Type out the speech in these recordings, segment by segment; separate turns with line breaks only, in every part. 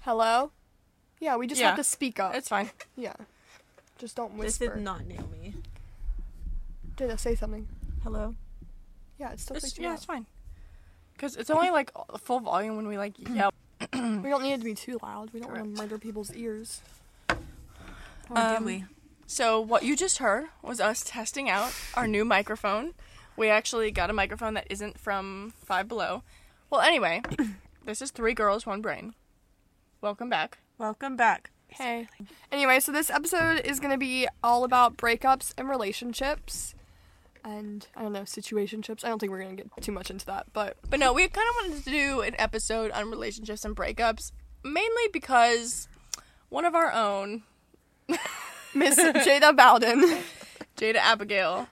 Hello? Yeah, we just
Yeah.
have to speak up.
It's fine.
yeah. Just don't
This
whisper.
is not Naomi.
Did I say something?
Hello.
Yeah, it's still
It's,
freaking
yeah,
out.
it's fine. Cause it's only like full volume when we like yell.
We don't need it to be too loud. We don't want
Correct.
to murder people's ears.
Or
Um,
do we?
So what you just heard was us testing out our new microphone. We actually got a microphone that isn't from Five Below. Well, anyway, this is Three Girls One Brain. Welcome back.
Welcome back.
Hey. Anyway, so this episode is going to be all about breakups and relationships. And I don't know, situationships. I don't think we're going to get too much into that, but
But no, we kind of wanted to do an episode on relationships and breakups, mainly because one of our own,
Miss Jada Bowden.
Jada Abigail,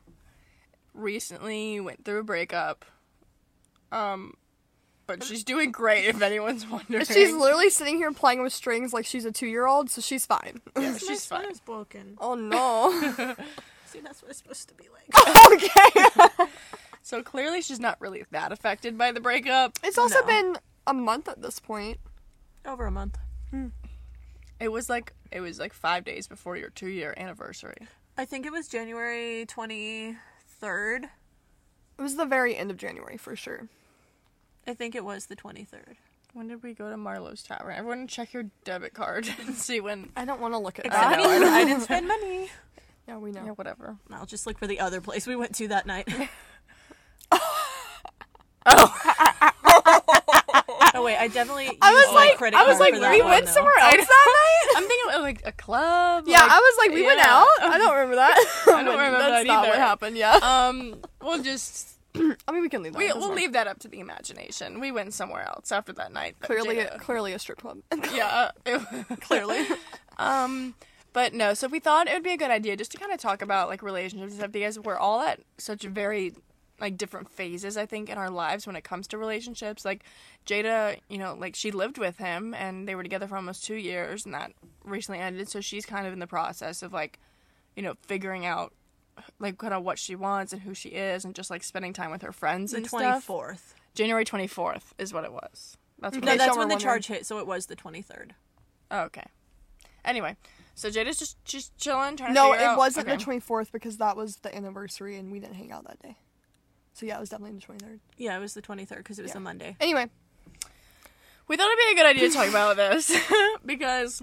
recently went through a breakup. Um, but she's doing great if anyone's wondering.
She's literally sitting here playing with strings like she's a two year old, so she's fine.
Yeah, she's
My
fine.
is broken.
Oh no.
See, that's what it's supposed to be like.
okay.
So clearly she's not really that affected by the breakup.
It's also
No.
been a month at this point.
Over a month.
It was like it was like 5 days before your 2 year anniversary.
I think it was January twenty third.
It was the very end of January for sure.
I think it was the twenty third.
When did we go to Marlowe's Tavern? Everyone check your debit card and see when
I don't want to look at
I
that.
know, I know.
I didn't spend money.
Yeah, we know.
Yeah, whatever.
I'll just look for the other place we went to that night.
Oh,
Oh wait, I definitely.
I was
used my
like,
credit
I was
card
like,
for that
we
one,
went
though.
somewhere
I
else that night.
I'm thinking of like a club.
yeah,
like-
I was like, we went
yeah.
out. I don't remember that.
I don't remember that
That's not what
either.
happened. Yeah.
Um, we'll just
I mean, we can leave that.
we
That's
we'll
fine.
leave that up to the imagination. We went somewhere else after that night. but
Clearly,
Jada-
clearly a strip club.
yeah, it-
clearly.
Um, but no, so we thought it would be a good idea just to kind of talk about like relationships and stuff because we're all at such very like different phases I think in our lives when it comes to relationships. Like Jada, you know, like she lived with him and they were together for almost 2 years and that recently ended, so she's kind of in the process of like you know, figuring out like kind of what she wants and who she is and just like spending time with her friends
The
and
twenty
stuff.
fourth.
January 24th is what it was. That's what
No,
it
Okay,
that's
so
when
we're
the
wondering.
charge hit, so it was the twenty third.
Oh, okay. Anyway, so Jada's just just chilling, trying to
No,
figure out-
it wasn't
okay.
the twenty fourth because that was the anniversary and we didn't hang out that day. So yeah, it was definitely the twenty third.
Yeah, it was the twenty third because it was a Monday.
Anyway,
we thought it'd be a good idea to talk about this because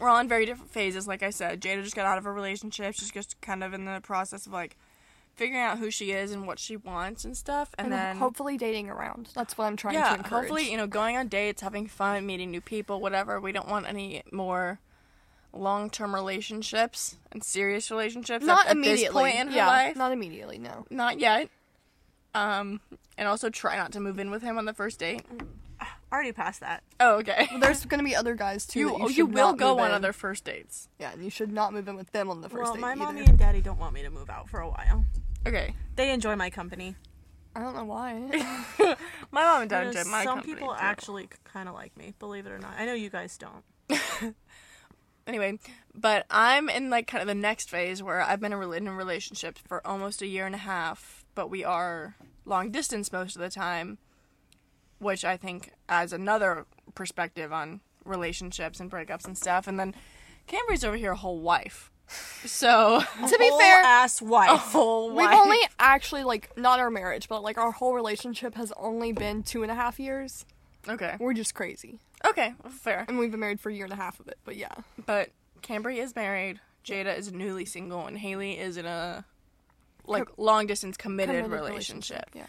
we're all in very different phases. Like I said, Jada just got out of a relationship. She's just kind of in the process of like figuring out who she is and what she wants and stuff, and,
and
then
hopefully dating around. That's what I'm trying to
yeah,
encourage.
hopefully you know going on dates, having fun, meeting new people, whatever. We don't want any more long-term relationships and serious relationships at-
not
at,
immediately.
this point in her
yeah,
life.
not immediately. No.
Not yet. Um, and also try not to move in with him on the first date.
Mm. Already past that.
Oh, okay.
There's gonna be other guys too.
you
that
you,
should
will
not
go
move
on
in.
other first dates.
Yeah, and you should not move in with them on the first
well,
date
my
either.
mommy and daddy don't want me to move out for a while.
Okay.
They enjoy my company.
I don't know why.
My mom and dad
You know,
did my
some
company,
people
too.
actually kind of like me, believe it or not. I know you guys don't.
Anyway, but I'm in like kind of the next phase where I've been in rela- in a relationship for almost a year and a half, but we are long distance most of the time, which I think adds another perspective on relationships and breakups and stuff. And then Cambry's over here a whole wife. So
to be
Whole
fair,
ass wife.
whole
we've
wife.
only actually like not our marriage, but like our whole relationship has only been two and a half years.
Okay.
We're just crazy,
Okay, fair.
and we've been married for a year and a half of it. But yeah,
But Cambry is married. Jada is newly single, and Haley is in a like long distance committed,
Committed
relationship.
Yeah.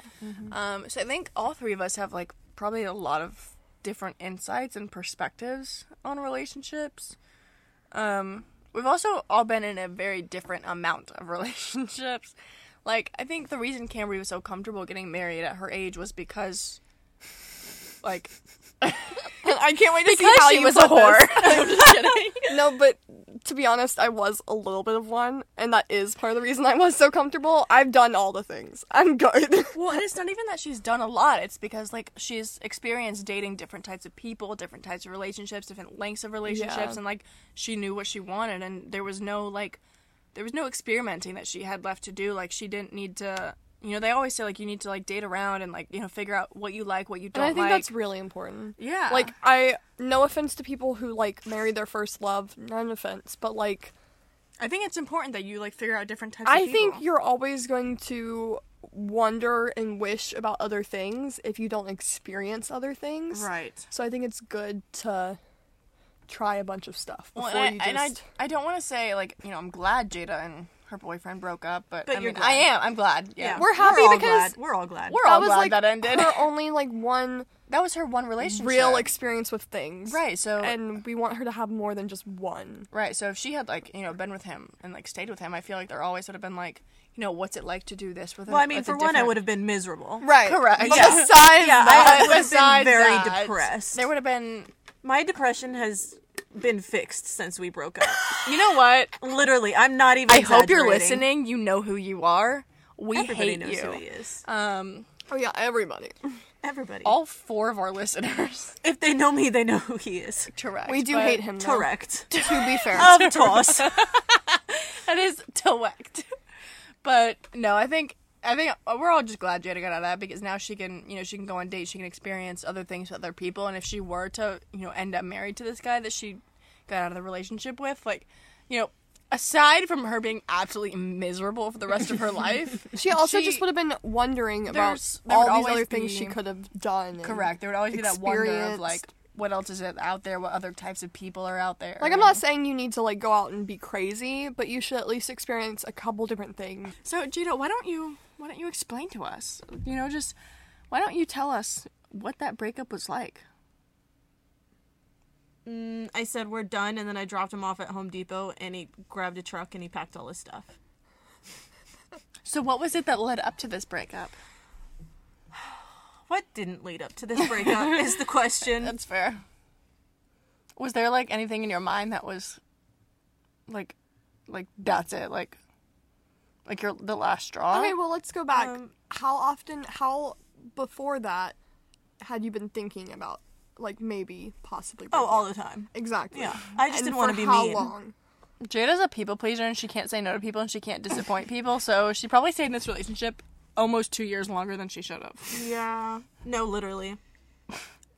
Um, so I think all three of us have like probably a lot of different insights and perspectives on relationships. Um, we've also all been in a very different amount of relationships. Like I think the reason Cambry was so comfortable getting married at her age was because, like,
I can't wait to
because
see how
she
you
was a
put
whore.
this.
I'm just kidding.
No, but to be honest, I was a little bit of one, and that is part of the reason I was so comfortable. I've done all the things. I'm good.
Well, and it's not even that she's done a lot. It's because like she's experienced dating different types of people, different types of relationships, different lengths of relationships,
Yeah.
and like she knew what she wanted, and there was no like, there was no experimenting that she had left to do. Like she didn't need to You know, they always say like you need to like date around and like you know figure out what you like, what you
And
don't
I think
like.
that's really important.
Yeah.
Like I no offense to people who like marry their first love, none offense, but like
I think it's important that you like figure out different types
I
of people.
think you're always going to wonder and wish about other things if you don't experience other things.
right.
So I think it's good to try a bunch of stuff
Well,
before
and I,
you just
and I, I don't want to say like you know I'm glad Jada and her boyfriend broke up, but,
But
I,
you're
mean, I
glad.
am. I'm glad. Yeah,
Yeah.
We're happy
all
because-
glad. we're all glad.
we're all
was,
glad
like,
that ended.
her only like one
that was her one relationship.
real experience with things.
right? So
And we want her to have more than just one.
Right. So if she had like you know been with him and like stayed with him, I feel like there always would have been like you know what's it like to do this with.
well, I mean, for one, I would have been miserable.
Right.
Correct.
But
Yeah.
besides
Yeah,
that,
I would have been
Besides
very
that,
depressed.
There would have been.
My depression has been fixed since we broke up.
You know what?
Literally, I'm not even.
I hope you're
exaggerating.
listening. You know who you are. We
Everybody
hate
knows
you.
who he is.
Um,
oh yeah, everybody.
Everybody.
all four of our listeners.
if they know me, they know who he is.
Correct.
We do
but-
hate him though.
Correct.
To be fair.
Oh,
Of toss.
That is correct. But no, I think I think we're all just glad Jada got out of that because now she can, you know, she can go on dates, she can experience other things with other people, and if she were to, you know, end up married to this guy that she got out of the relationship with, like, you know, aside from her being absolutely miserable for the rest of her life,
She also just would have been wondering about
There's- there would
all these
always
other things she
be-
could have done. and-
correct. There would always be that wonder of
Experienced.
like, what else is it out there? What other types of people are out there?
Like I'm not saying you need to like go out and be crazy, but you should at least experience a couple different things.
So Jada, why don't you why don't you explain to us? You know, just why don't you tell us what that breakup was like?
I said we're done, and then I dropped him off at Home Depot, and he grabbed a truck and he packed all his stuff.
So what was it that led up to this breakup?
What didn't lead up to this breakup is the question.
That's fair. Was there like anything in your mind that was like like that's it, like like your the last straw?
Okay, well let's go back.
Um,
how often? How before that had you been thinking about like maybe possibly?
Oh,
breaking
all
up?
the time.
exactly.
Yeah, I just
And
didn't want to
for
be
how
mean.
long?
Jada's a people pleaser and she can't say no to people and she can't disappoint people, so she probably stayed in this relationship almost two years longer than she should have.
Yeah. No, literally.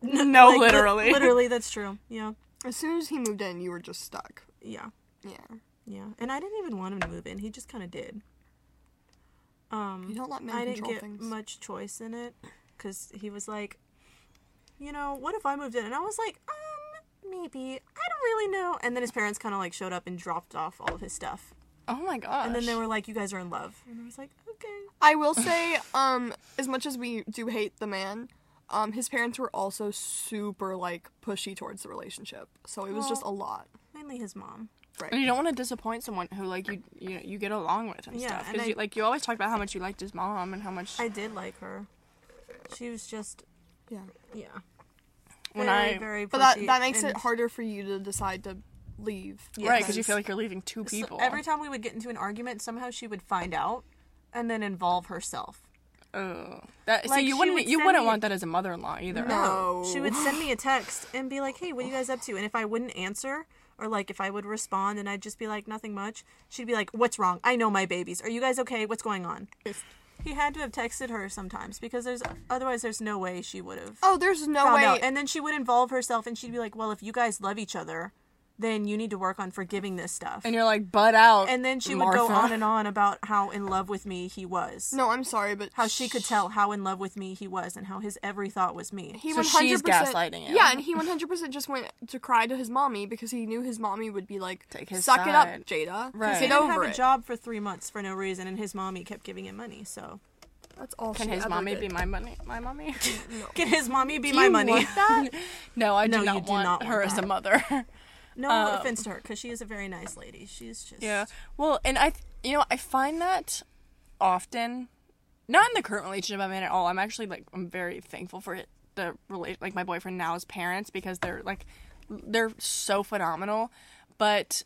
No,
Like, li- literally, that's true. Yeah.
As soon as he moved in, you were just stuck.
Yeah.
Yeah,
Yeah. And I didn't even want him to move in. He just kind of did. Um.
you don't let men
I didn't
control
get
things.
much choice in it because he was like, you know, what if I moved in? And I was like, um, maybe. I don't really know. And then his parents kind of like showed up and dropped off all of his stuff.
Oh my gosh.
And then they were like, you guys are in love. And I was like, okay.
I will say, um, as much as we do hate the man, um, his parents were also super like pushy towards the relationship, so it was just a lot.
Mainly his mom.
And you don't want to disappoint someone who like you you know, you get along with and
Yeah,
stuff
and
because
I-
you like you always talk about how much you liked his mom and how much
I did like her. She was just,
Yeah,
yeah.
when
very,
I
very
but that
pushy
that makes it
and-
harder for you to decide to leave.
Yeah,
right because you
because-
feel like you're leaving two
So
people
every time we would get into an argument, somehow she would find out and then involve herself.
Oh, that so
Like,
you
she
wouldn't
would
you
send
wouldn't
me-
want that as a mother-in-law either.
No.
She would send me a text and be like, "Hey, what are you guys up to?" And if I wouldn't answer or like if I would respond and I'd just be like, "Nothing much," she'd be like, "What's wrong? I know my babies. Are you guys okay? What's going on?" He had to have texted her sometimes because there's otherwise there's no way she would have
Oh, there's no
found
way.
out. And then she would involve herself and she'd be like, "Well, if you guys love each other, then you need to work on forgiving this stuff."
And you're like butt out.
And then she would go on and on about how in love with me he was.
no, I'm sorry, but
How she could tell how in love with me he was and how his every thought was me.
He
So
100%,
she's gaslighting him.
Yeah, and he 100% just went to cry to his mommy because he knew his mommy would be like,
Take his
suck it up,
side."
Jada.
Right.
Get
He didn't
over
have a
it.
job for three months for no reason, and his mommy kept giving him money. So
That's all
Can
she
his
ever
mommy
did.
be my money? My mommy?
can his mommy be my
you
money?
want that?
no, I do
No,
not
you do
want
not want
her as a
that.
mother.
no offense to her, because she is a very nice lady. She's just
Yeah. Well, and I, th- you know, I find that often, not in the current relationship I'm in at all. I'm actually like, I'm very thankful for it, the relation, like my boyfriend now's parents because they're like, they're so phenomenal. But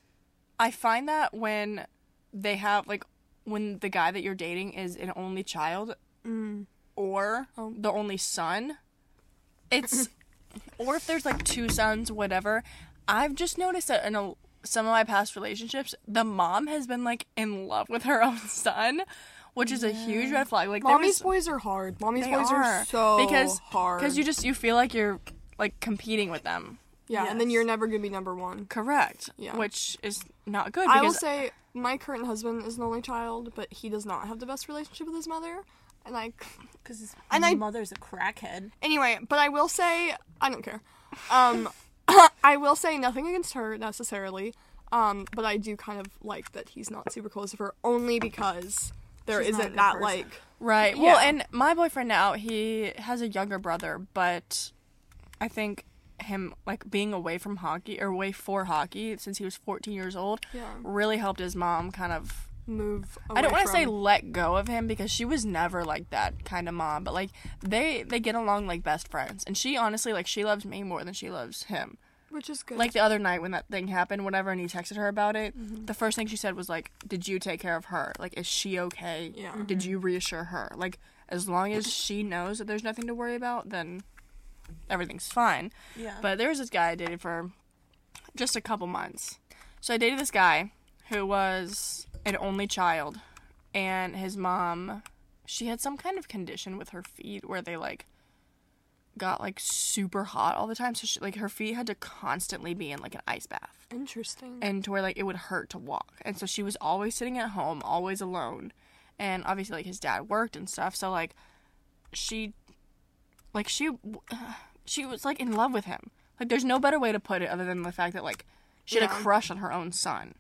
I find that when they have like, when the guy that you're dating is an only child,
Mm.
or
Oh.
the only son, it's or if there's like two sons, whatever. I've just noticed that in a, some of my past relationships, the mom has been like in love with her own son, which is a huge red flag. Like there
Mommy's
was-
boys are hard. Mommy's
they
boys are, so
because
hard.
because you just you feel like you're like competing with them.
yeah, and then
Yes.
you're never gonna be number one.
Correct.
Yeah.
Which is not good.
I will
because-
say my current husband is an only child, but he does not have the best relationship with his mother. And like
Because his
And I-
mother's a crackhead.
anyway, but I will say I don't care. Um, I will say nothing against her necessarily. Um, but I do kind of like that he's not super close to her only because there
She's not
not
a good
that
person.
like
Right. Well,
Yeah.
and my boyfriend now, he has a younger brother, but I think him like being away from hockey or away for hockey since he was 14 years old
Yeah.
really helped his mom kind of
move.
I don't
away
want to say
from-
let go of him because she was never like that kind of mom, but like they they get along like best friends. And she honestly like she loves me more than she loves him.
which is good.
Like the other night when that thing happened, whatever, and he texted her about it, the first thing she said was like, "Did you take care of her? Like, is she okay?
Yeah.
Did you reassure her? Like, as long as she knows that there's nothing to worry about, then everything's fine."
Yeah.
But there was this guy I dated for just a couple months. So I dated this guy who was an only child, and his mom, she had some kind of condition with her feet where they like got like super hot all the time. So she, like her feet had to constantly be in like an ice bath,
Interesting.
and to where like it would hurt to walk. And so she was always sitting at home, always alone. And obviously, like his dad worked and stuff. So like she, like she, she was like in love with him. Like there's no better way to put it other than the fact that like she had a
Yeah.
crush on her own son,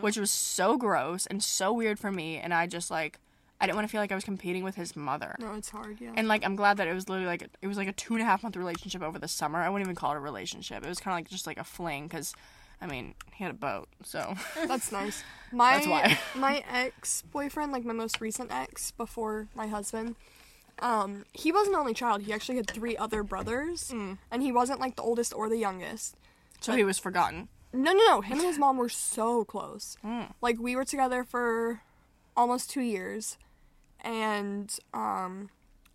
which was so gross and so weird for me. And I just like I didn't want to feel like I was competing with his mother.
no, it's hard. Yeah.
And like I'm glad that it was literally like it was like a two and a half month relationship over the summer. I wouldn't even call it a relationship. It was kind of like just like a fling because, I mean, he had a boat, so
That's nice. My
why.
my ex boyfriend, like my most recent ex before my husband, um, he was an only child. He actually had three other brothers, and he wasn't like the oldest or the youngest.
so he was forgotten.
No, no, no. Him and his mom were so close.
Mm.
Like we were together for almost two years, and um,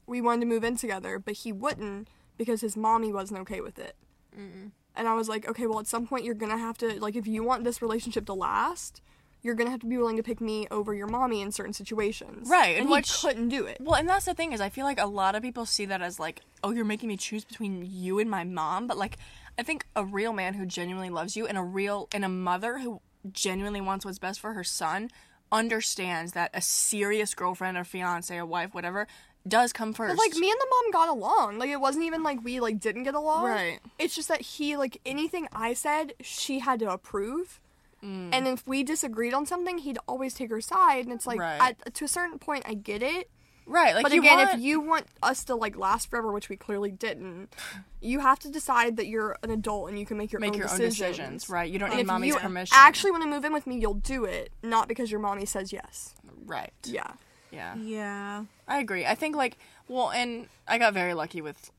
we wanted to move in together, but he wouldn't because his mommy wasn't okay with it. And I was like, okay, well, at some point you're gonna have to like, if you want this relationship to last, you're gonna have to be willing to pick me over your mommy in certain situations.
Right,
and,
and
he
which-
couldn't do it.
Well, and that's the thing is I feel like a lot of people see that as like, oh, you're making me choose between you and my mom, but like I think a real man who genuinely loves you and a real and a mother who genuinely wants what's best for her son understands that a serious girlfriend or fiance or wife whatever does come first.
But, like me and the mom got along. Like it wasn't even like we like didn't get along.
Right.
It's just that he like anything I said, she had to approve.
Mm.
And if we disagreed on something, he'd always take her side. And it's like
Right.
at, to a certain point, I get it.
right, like
But
you
again,
want-
if you want us to like last forever, which we clearly didn't, you have to decide that you're an adult and you can make your
make
own
your
decisions.
own decisions, right? You don't
And
need
if
mommy's
you
permission.
actually want to move in with me, you'll do it, not because your mommy says yes.
right.
Yeah.
Yeah.
yeah.
I agree. I think like well, and I got very lucky with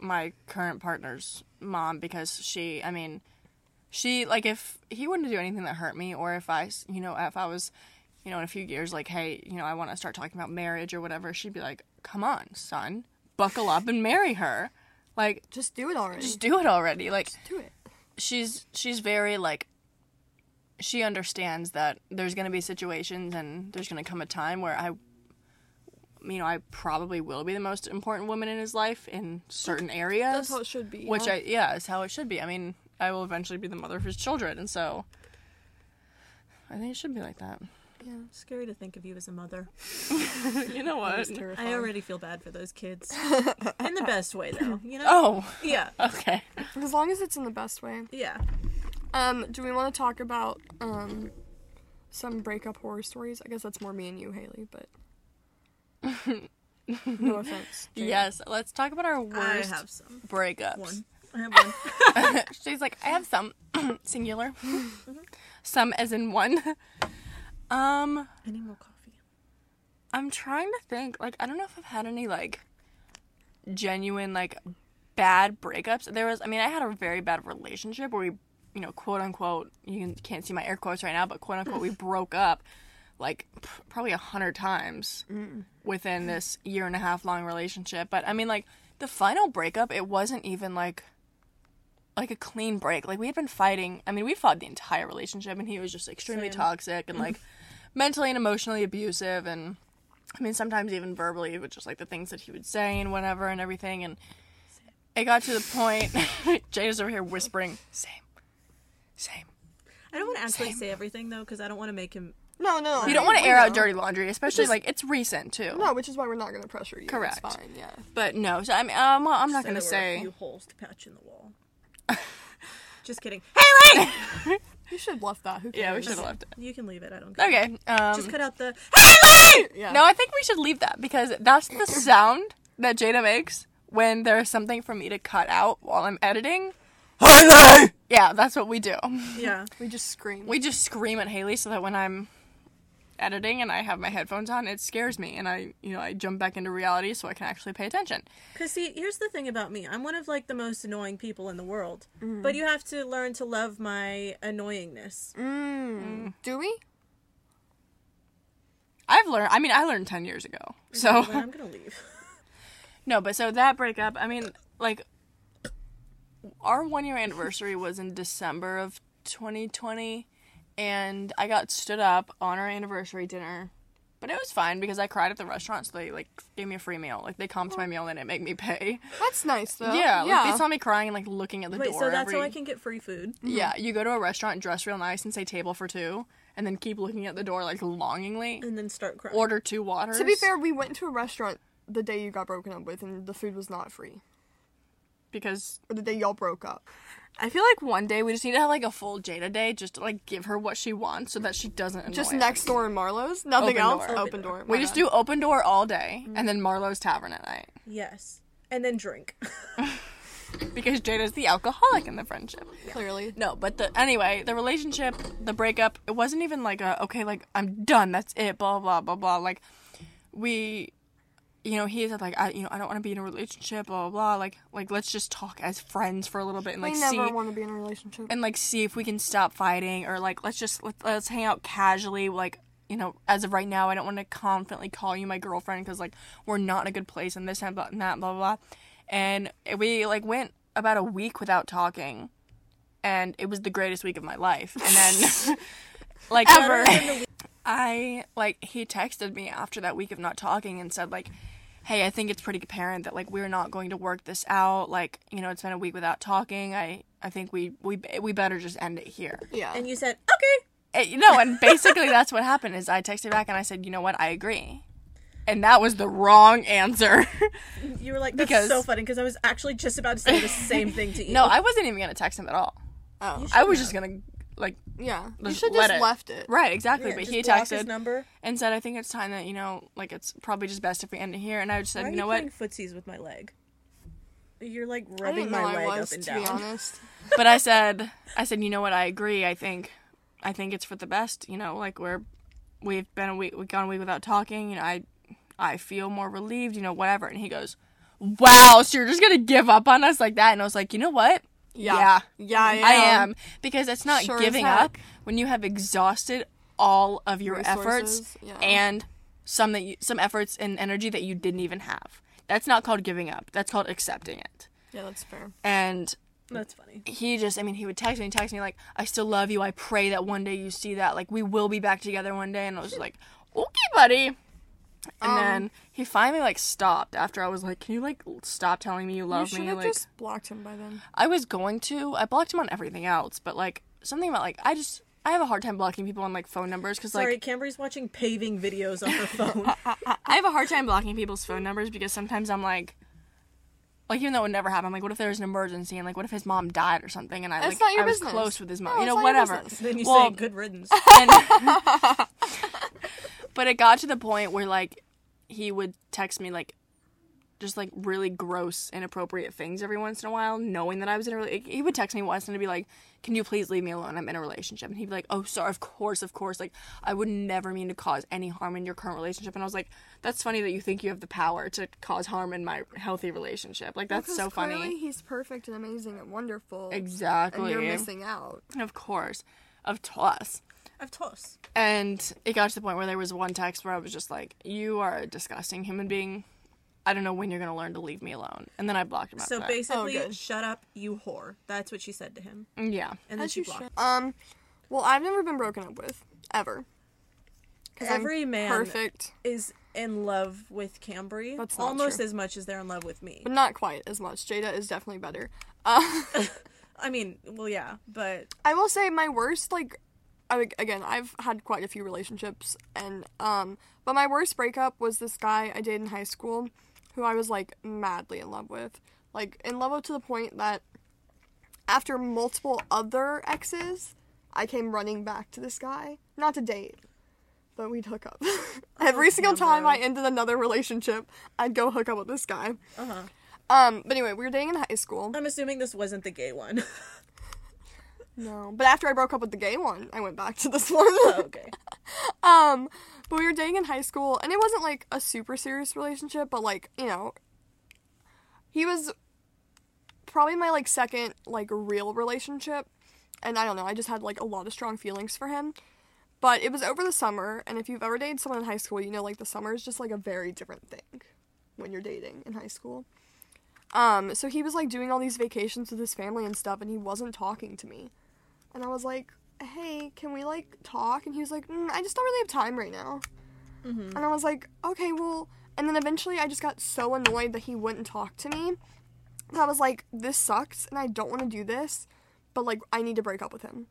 my current partner's mom because she, I mean, she like if he wouldn't do anything that hurt me or if I, s- you know, if I was, you know, in a few years like, hey, you know, I want to start talking about marriage or whatever, she'd be like, "Come on, son, buckle up and marry her." Like
Just do it already.
just do it already. Like
do it.
she's she's very like she understands that there's going to be situations and there's going to come a time where I you know I probably will be the most important woman in his life in certain areas
That's how it should be.
which I yeah is how it should be I mean I will eventually be the mother of his children and so I think it should be like that
Scary to think of you as a mother.
you know what
I already feel bad for those kids. in the best way, though. You know?
oh
Yeah.
okay
As long as it's in the best way.
Yeah.
Um, do we want to talk about um some breakup horror stories? I guess that's more me and you, Haley, but no offense. Jane.
yes let's talk about our worst
I have some.
breakups
One. I have one.
She's like, I have some singular, some as in one. um,
I need more coffee.
I'm trying to think. Like, I don't know if I've had any like genuine like bad breakups. There was, I mean, I had a very bad relationship where we, you know, quote unquote, you can- can't see my air quotes right now, but quote unquote, we broke up like p- probably a hundred times within this year and a half long relationship. But I mean, like the final breakup, it wasn't even like like a clean break. Like we had been fighting. I mean, we fought the entire relationship, and he was just extremely toxic and like mentally and emotionally abusive and I mean, sometimes even verbally, with just like the things that he would say and whatever and everything. And it got to the point, Jada's over here whispering, same, same.
I don't want to actually say everything though, because I don't want to make him.
No, no.
You don't want to air out dirty
dirty.
laundry, especially like it's recent too.
No, which is why we're not going to pressure you.
Correct.
It's fine, yeah.
But no, so I'm, um, I'm not going to
there were a
say.
few holes to patch in the wall. Just kidding, Haley.
You should bluff that. Who cares?
Yeah, we should have left it.
you can leave it. I don't care.
Okay. Um,
Just cut out the.
Yeah.
No, I think we should leave that because that's the sound that Jada makes when there's something for me to cut out while I'm editing. Yeah, that's what we do.
Yeah.
We just scream.
We just scream at Haley so that when I'm editing and I have my headphones on, it scares me and I, you know, I jump back into reality so I can actually pay attention.
Cause see, here's the thing about me. I'm one of like the most annoying people in the world.
Mm-hmm.
But you have to learn to love my annoyingness.
Do we?
I've learned, I mean, I learned 10 years ago. So
But I'm gonna leave.
No, but so that breakup, I mean, like, our one year anniversary was in December of 2020, and I got stood up on our anniversary dinner. But it was fine because I cried at the restaurant, so they like gave me a free meal. Like they comped my meal and they didn't make me pay.
That's nice though.
yeah,
yeah.
Like, they saw me crying and like looking at the
Oh, Wait,
door.
so that's
every...
how I can get free food.
Yeah, you go to a restaurant, dress real nice, and say table for two, and then keep looking at the door like longingly.
And then start crying.
Order two waters.
to be fair, we went to a restaurant the day you got broken up with, and the food was not free.
because
Or the day y'all broke up.
I feel like one day we just need to have like a full Jada day, just to like give her what she wants so that she doesn't. Annoy
Just
us.
next door in Marlowe's. Nothing
Open
else.
door.
Open door.
We just do open door all day and then Marlowe's Tavern at night
Yes. And then drink.
because Jada's the alcoholic in the friendship.
do clearly.
No, but the anyway, the relationship, the breakup, it wasn't even like a okay, like I'm done, that's it, blah blah blah blah. Like we, you know, he said like I, you know, I don't want to be in a relationship, blah blah. blah. Like like let's just talk as friends for a little bit and like
we never
see
want to be in a relationship.
and like see if we can stop fighting or like let's just let, let's hang out casually like you know as of right now i don't want to confidently call you my girlfriend because like we're not in a good place and this and that and that blah blah blah and we like went about a week without talking and it was the greatest week of my life and then like
Ever.
I like he texted me after that week of not talking and said like, "Hey, I think it's pretty apparent that like we're not going to work this out. Like, you know, it's been a week without talking. I I think we we we better just end it here."
yeah.
And you said, Okay.
And, you know, and basically that's what happened is I texted back and I said, "You know what? I agree." And that was the wrong answer.
You were like, That's
Because-
so funny because I was actually just about to say the same thing to you.
no, I wasn't even going to text him at all.
oh.
I was just going to like
yeah. You
just
should
let
just
it-
left it.
right, exactly,
Yeah,
but
just
he
block his
texted
number.
and said, "I think it's time that, you know, like it's probably just best if we end it here." And I just said,
Why are
"You
you
know what?
playing footsies with my leg? You're like
I didn't
rubbing
know
my
I
leg
was,
up and
to be
down.
honest.
but I said, I said, you know what? I agree. I think, I think it's for the best. You know, like we're, we've been a week, we've gone a week without talking. You know, I, I feel more relieved. You know, whatever. And he goes, wow. So you're just gonna give up on us like that? And I was like, you know what?
Yeah. Yeah, I
I
am.
am because it's not
Sure as
giving
heck.
up when you have exhausted all of your
Resources,
efforts
yeah.
and some that you, some efforts and energy that you didn't even have. That's not called giving up. That's called accepting it.
Yeah, that's fair.
And
That's funny.
he just I mean he would text me and text me like I still love you. I pray that one day you see that like we will be back together one day and I was just like okay buddy. And
Um,
then he finally like stopped after I was like can you like l- stop telling me you
You
love
should
me
have
like
just blocked him by then.
I was going to I blocked him on everything else but like something about like I just I have a hard time blocking people on like phone numbers cuz
Sorry,
like
Cambry's watching paving videos on her phone.
I have a hard time blocking people's phone numbers because sometimes I'm like like even though it would never happen, I'm like what if there was an emergency and like what if his mom died or something and I like
That's not your
I was
business.
close with his mom,
No,
you know
it's not your
whatever.
business.
then you
Well-
say good riddance.
And- but it got to the point where like he would text me like just like really gross inappropriate things every once in a while knowing that i was in a rela- he would text me once and be like can you please leave me alone i'm in a relationship and he'd be like oh sorry of course of course like i would never mean to cause any harm in your current relationship and i was like that's funny that you think you have the power to cause harm in my healthy relationship like that's so funny
Oh, Clearly he's perfect and amazing and wonderful.
exactly
And you're missing out.
of course of plus
Of toast.
and it got to the point where there was one text where I was just like, "You are a disgusting human being. I don't know when you're gonna learn to leave me alone." And then I blocked him. After
So
that.
basically,
Oh, good.
shut up, you whore. That's what she said to him.
yeah,
And then she blocked. him.
Um, well, I've never been broken up with ever. 'Cause I'm
Every man
perfect.
is in love with Cambry
That's not
almost
true.
as much as they're in love with me.
but not quite as much. Jada is definitely better. Uh,
I mean, well, yeah, but
I will say my worst like I, again, I've had quite a few relationships and um but my worst breakup was this guy I dated in high school who I was like madly in love with. Like in love to the point that after multiple other exes, I came running back to this guy, not to date, but we'd hook up. Every single time I ended another relationship, I'd go hook up with this guy.
Uh-huh.
Um but anyway, we were dating in high school.
I'm assuming this wasn't the gay one.
No, but after I broke up with the gay one, I went back to this one.
okay.
Um, but we were dating in high school, and it wasn't like a super serious relationship, but like you know, he was probably my like second like real relationship, and I don't know, I just had like a lot of strong feelings for him. But it was over the summer, and if you've ever dated someone in high school, you know like the summer is just like a very different thing when you're dating in high school. Um, so he was like doing all these vacations with his family and stuff, and he wasn't talking to me. And I was like, hey, can we like talk? And he was like, mm, I just don't really have time right now. And I was like, okay, well. And then eventually I just got so annoyed that he wouldn't talk to me. That I was like, this sucks and I don't want to do this, but like, I need to break up with him.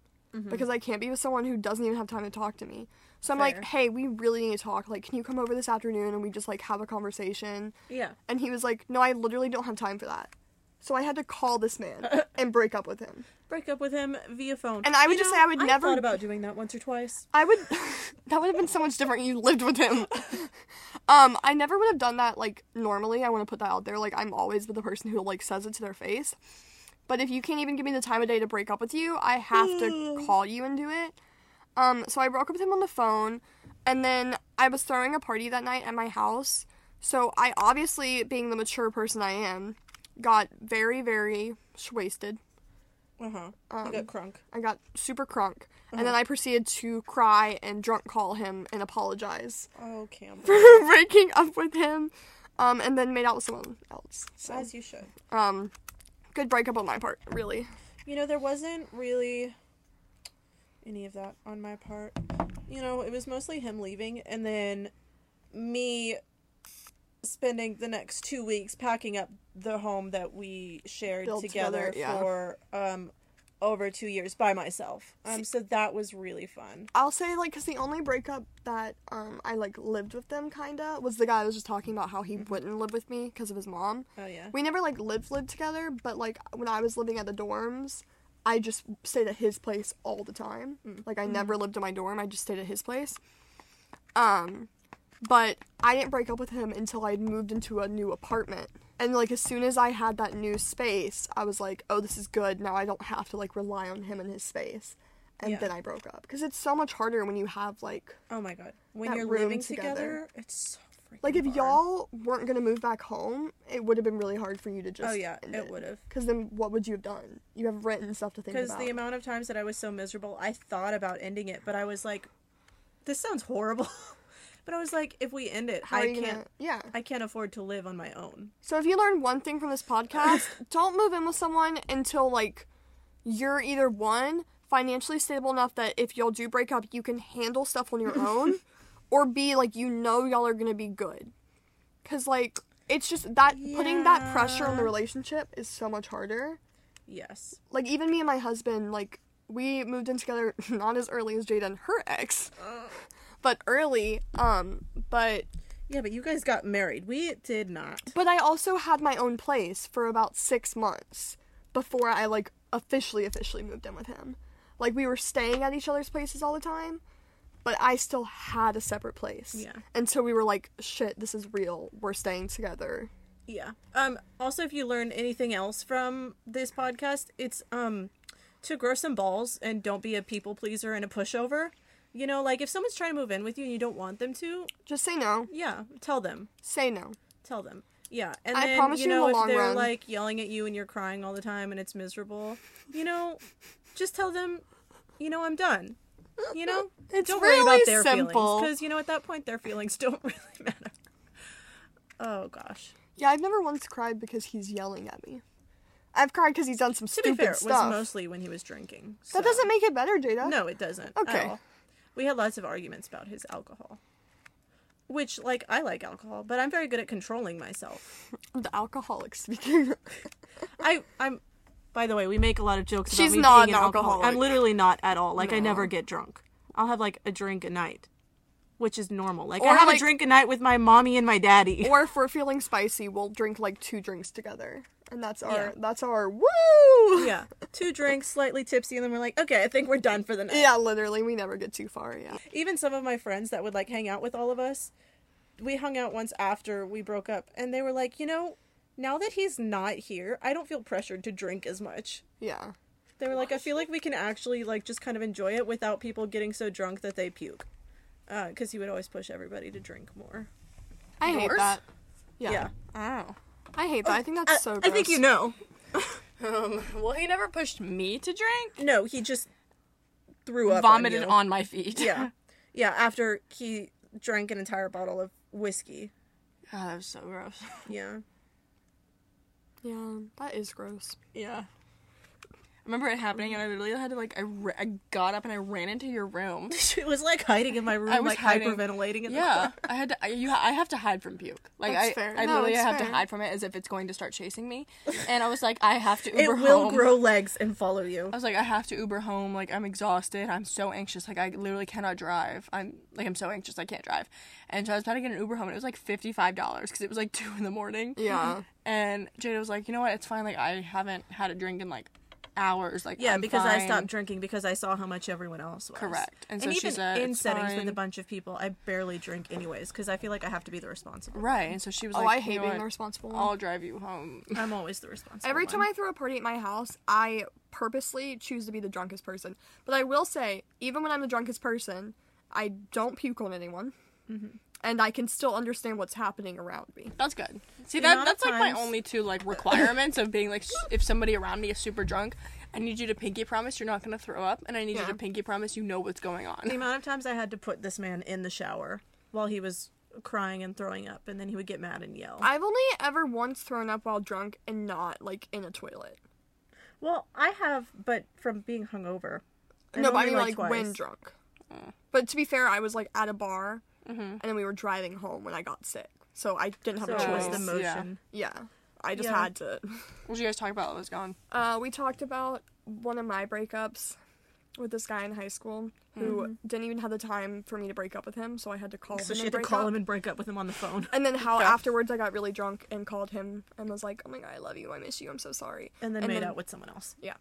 Because I can't be with someone who doesn't even have time to talk to me. So I'm
Fair.
like, hey, we really need to talk. Like, can you come over this afternoon and we just like have a conversation?
Yeah.
And he was like, no, I literally don't have time for that. So I had to call this man and break up with him.
Break up with him via phone.
And I would just say I would never-
thought about doing that once or twice.
I would. that would have been so much different. You lived with him. um, I never would have done that. Like normally, I want to put that out there. Like I'm always the person who like says it to their face. But if you can't even give me the time of day to break up with you, I have to call you and do it. Um, so I broke up with him on the phone, and then I was throwing a party that night at my house. So I obviously, being the mature person I am, got very, very wasted.
Uh
Uh-huh.
huh. I
Um,
got crunk.
I got super crunk, and then I proceeded to cry and drunk call him and apologize
Oh, Campbell.
for breaking up with him, um, and then made out with someone else. So,
As you should.
um, good breakup on my part, really.
You know, there wasn't really any of that on my part. You know, it was mostly him leaving and then me spending the next two weeks packing up the home that we shared
Built
together,
together, yeah.
for um over two years by myself. Um so that was really fun.
I'll say like, cause the only breakup that um I like lived with them kinda was the guy I was just talking about how he wouldn't live with me because of his mom.
Oh yeah.
We never like lived lived together, but like when I was living at the dorms, I just stayed at his place all the time.
Mm.
Like I never lived in my dorm. I just stayed at his place. Um, but I didn't break up with him until I had moved into a new apartment. And like as soon as I had that new space, I was like, "Oh, this is good. Now I don't have to like rely on him and his space." And
Yeah.
then I broke up because it's so much harder when you have like
Oh my god. When
That
you're
room
living together,
together.
it's so freaking
like if
hard.
y'all weren't gonna move back home, it would have been really hard for you to just
Oh yeah,
end
it would have.
Because then what would you have done? You have rent and stuff to think
Because
about.
the amount of times that I was so miserable, I thought about ending it, but I was like, "This sounds horrible." but I was like, "If we end it,
How are
I
you
can't.
gonna- yeah.
I can't afford to live on my own."
So if you learn one thing from this podcast, don't move in with someone until like you're either one financially stable enough that if y'all do break up, you can handle stuff on your own, or be like you know y'all are gonna be good. Cause like it's just that putting that pressure on the
Yeah.
relationship is so much harder.
Yes.
like even me and my husband like we moved in together not as early as jada and her ex but early um but
Yeah, but you guys got married. We did not.
but i also had my own place for about six months before i like officially officially moved in with him like we were staying at each other's places all the time but i still had a separate place
Yeah.
until we were like shit this is real we're staying together
Yeah. Um. Also, if you learn anything else from this podcast, it's um, to grow some balls and don't be a people pleaser and a pushover. You know, like if someone's trying to move in with you and you don't want them to,
just say no
yeah, tell them.
say no
tell them. Yeah, and
I
then,
promise
you
you in
know
the
if
long
they're
run-
like yelling at you and you're crying all the time and it's miserable, you know, just tell them, you know, I'm done. You know,
It's
don't worry
really
about their
simple.
because you know at that point their feelings don't really matter. Oh gosh.
yeah i've never once cried because he's yelling at me i've cried because he's done some
To
stupid
be fair, it
stuff
was mostly when he was drinking. so-
That doesn't make it better, Jada.
No, it doesn't. at
Okay.
all. We had lots of arguments about his alcohol. Which, like, I like alcohol, but I'm very good at controlling myself.
The alcoholic speaking.
I, I'm. By the way, we make a lot of jokes.
She's
about me
not
being
an
an alcoholic.
alcoholic.
I'm literally not at all. Like, I
No.
never get drunk. I'll have like a drink a night, which is normal. Like,
Or,
I have
like-
a drink a night with my mommy and my daddy.
or if we're feeling spicy, we'll drink like two drinks together, and that's our
Yeah.
that's our woo.
yeah, two drinks, slightly tipsy, and then we're like, okay, I think we're done for the night.
Yeah, literally, we never get too far. Yeah.
even some of my friends that would like hang out with all of us we hung out once after we broke up and they were like you know now that he's not here i don't feel pressured to drink as much
Yeah.
they were like i feel like we can actually like just kind of enjoy it without people getting so drunk that they puke because he would always push everybody to drink more
I hate
Yours?
that. Yeah.
yeah
Oh.
I hate that. I think that's so gross.
know
Um, well, he never pushed me to drink.
no he just threw up on
Vomited
you.
on, my feet.
yeah yeah after he drank an entire bottle of whiskey
God, Oh, that was so gross.
yeah
Yeah, that is gross.
Yeah. I remember it happening, and I literally had to like I, ra- I got up and I ran into your room.
it was like hiding in my room
was
like
hiding.
hyperventilating in the
Yeah, I had to. I, you, I have to hide from puke. Like
That's
I,
fair.
I
No,
literally
it's
have to
fair.
hide from it as if it's going to start chasing me. And I was like, I have to Uber
It will
home.
grow legs and follow you.
I was like, I have to Uber home. Like I'm exhausted. I'm so anxious. Like I literally cannot drive. I'm like I'm so anxious. I can't drive. And so I was about to get an Uber home, and it was like fifty five dollars because it was like two in the morning.
Yeah.
And Jada was like, you know what? It's fine. Like I haven't had a drink in like hours. Like
Yeah,
I'm
because I
fine.
stopped drinking because I saw how much everyone else was.
Correct. And
And,
so she
even
said,
in
"It's
settings
fine."
with a bunch of people, I barely drink anyways because I feel like I have to be the responsible.
Right. And so she was
Oh,
like,
I hate
you know
being
what?
the responsible one.
I'll drive you home.
I'm always the responsible.
Every time
one.
I throw a party at my house, I purposely choose to be the drunkest person. But I will say, even when I'm the drunkest person, I don't puke on anyone. Mm-hmm. And I can still understand what's happening around me.
That's good. See
The
that
amount of
that's like my
times-
only two like requirements of being like s- if somebody around me is super drunk, I need you to pinky promise you're not gonna throw up, and I need
Yeah.
you to pinky promise you know what's going on.
the amount of times I had to put this man in the shower while he was crying and throwing up, and then he would get mad and yell.
I've only ever once thrown up while drunk and not like in a toilet.
well, I have, but from being hungover.
no, but I
only,
mean like, when
twice. Oh.
drunk. But to be fair, I was like at a bar,
Mm-hmm.
and then we were driving home when I got sick, so I didn't have
So
a
it
choice.
was the
Choice, yeah.
motion.
yeah, I just
Yeah.
had to.
What did you guys talk about? while I was gone.
Uh, we talked about one of my breakups with this guy in high school who didn't even have the time for me to break up with him, so I had to call
Mm-hmm. So
him.
she
and
had to
break
call
up.
him and break up with him on the phone.
And then how
Yeah.
afterwards I got really drunk and called him and was like, "Oh my god, I love you. I miss you. I'm so sorry."
And then made out with someone else.
yeah,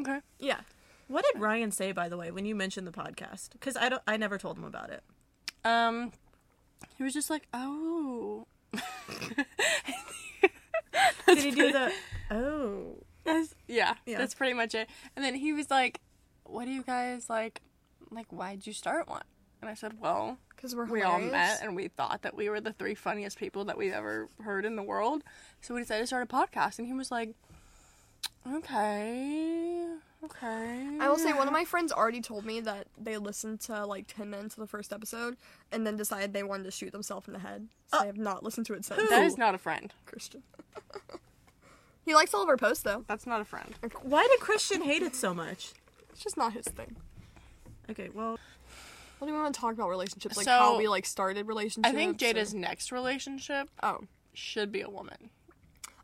Okay.
yeah.
What did Ryan say, by the way, when you mentioned the podcast? Because I don't, I never told him about it.
Um, he was just like, oh.
Did he do the? Oh,
That's yeah,
Yeah.
That's pretty much it. And then he was like, "What do you guys like? Like, why'd you start one?" And I said, "Well,
Because we're
we
hilarious.
all met and we thought that we were the three funniest people that we've ever heard in the world. So we decided to start a podcast." And he was like, "Okay, okay."
I will say one of my friends already told me that they listened to like ten minutes of the first episode and then decided they wanted to shoot themselves in the head.
Uh,
So they have not listened to it since.
that is not a friend.
Christian. he likes all of our posts though.
That's not a friend.
why did Christian hate it so much?
It's just not his thing.
Okay, well,
What do we want to talk about relationships? Like
So-
how we like started relationships.
I think
or-
Jada's next relationship
Oh.
should be a woman.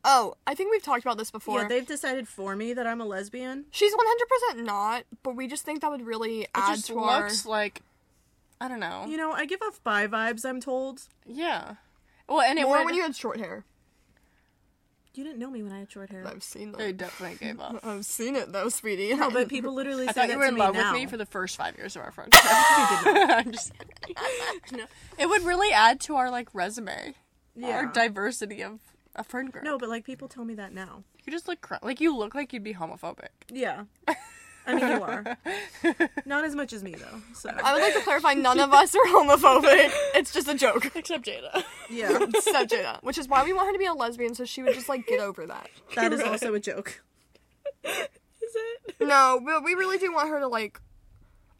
Oh, I think we've talked about this before.
yeah, they've decided for me that I'm a lesbian.
She's one hundred percent not, but we just think that would really
It
add
just
to our.
looks like I don't know.
You know, I give off bi vibes. I'm told.
yeah. Well, and it
Or
would-
when you had short hair.
You didn't know me when I had short hair.
I've seen
They
that.
definitely gave up.
I've seen it though, sweetie.
No, but people literally
I
say
thought
that
you were
to
in
me
love
now.
with me for the first five years of our friendship. I'm just kidding. no. It would really add to our like resume, our
yeah.
diversity of a friend group.
no, but like people tell me that now.
You just look cr- like you look like you'd be homophobic.
Yeah. I mean, you are. Not as much as me though. So
I would like to clarify none of us are homophobic. It's just a joke.
Except Jada.
yeah,
Except Jada. Which is why we want her to be a lesbian so she would just like get over that.
that is also a joke. is it?
No, but we really do want her to like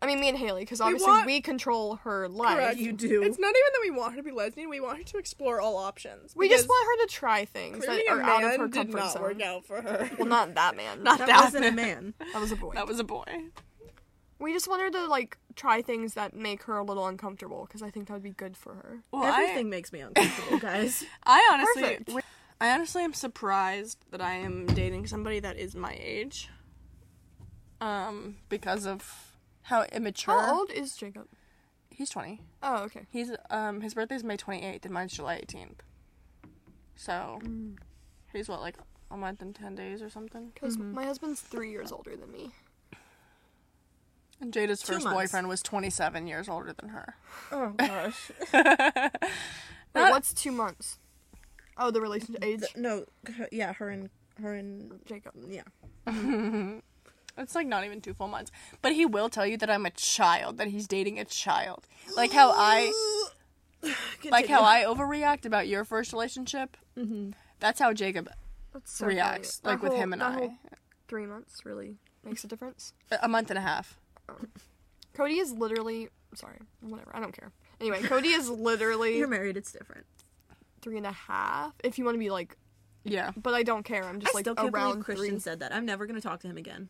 I mean me and Haley, because obviously we,
want-
control her life.
You do.
not even that we want her to be lesbian. We want her to explore all options.
We just want her to try things that are out of her comfort zone.
out for her.
Well not that man. Not
that wasn't a man.
that was a boy.
That was a boy.
We just want her to like try things that make her a little uncomfortable because I think that would be good for her.
Well,
Everything
everything makes me uncomfortable, guys.
I honestly,
Perfect.
I honestly am surprised that I am dating somebody that is my age. Um, because of how immature.
How old is Jacob?
He's twenty.
Oh, okay.
He's um his birthday's May twenty eighth and mine's July eighteenth. So
Hmm.
he's what like a month and ten days or something.
Because my husband's three years older than me.
And Jada's first
months.
boyfriend was twenty seven years older than her.
Oh gosh. Wait,
Not-
what's two months? Oh, the relationship age.
no, her, yeah, her and her and
Jacob.
yeah.
It's like not even two full months. But he will tell you that I'm a child, that he's dating a child. Like how I like how I overreact about your first relationship. Mm-hmm. That's how Jacob
That's so
reacts,
funny.
like
That
with
whole-
him and
that
I.
whole three months really makes a difference.
A month and a half.
Cody is literally sorry, whatever. I don't care. Anyway, Cody is literally
You're married. It's different.
three and a half. If you want to be like,
Yeah.
but I don't care. I'm just
I
like
still can't
around
believe Christian
three.
said that. I'm never gonna talk to him again.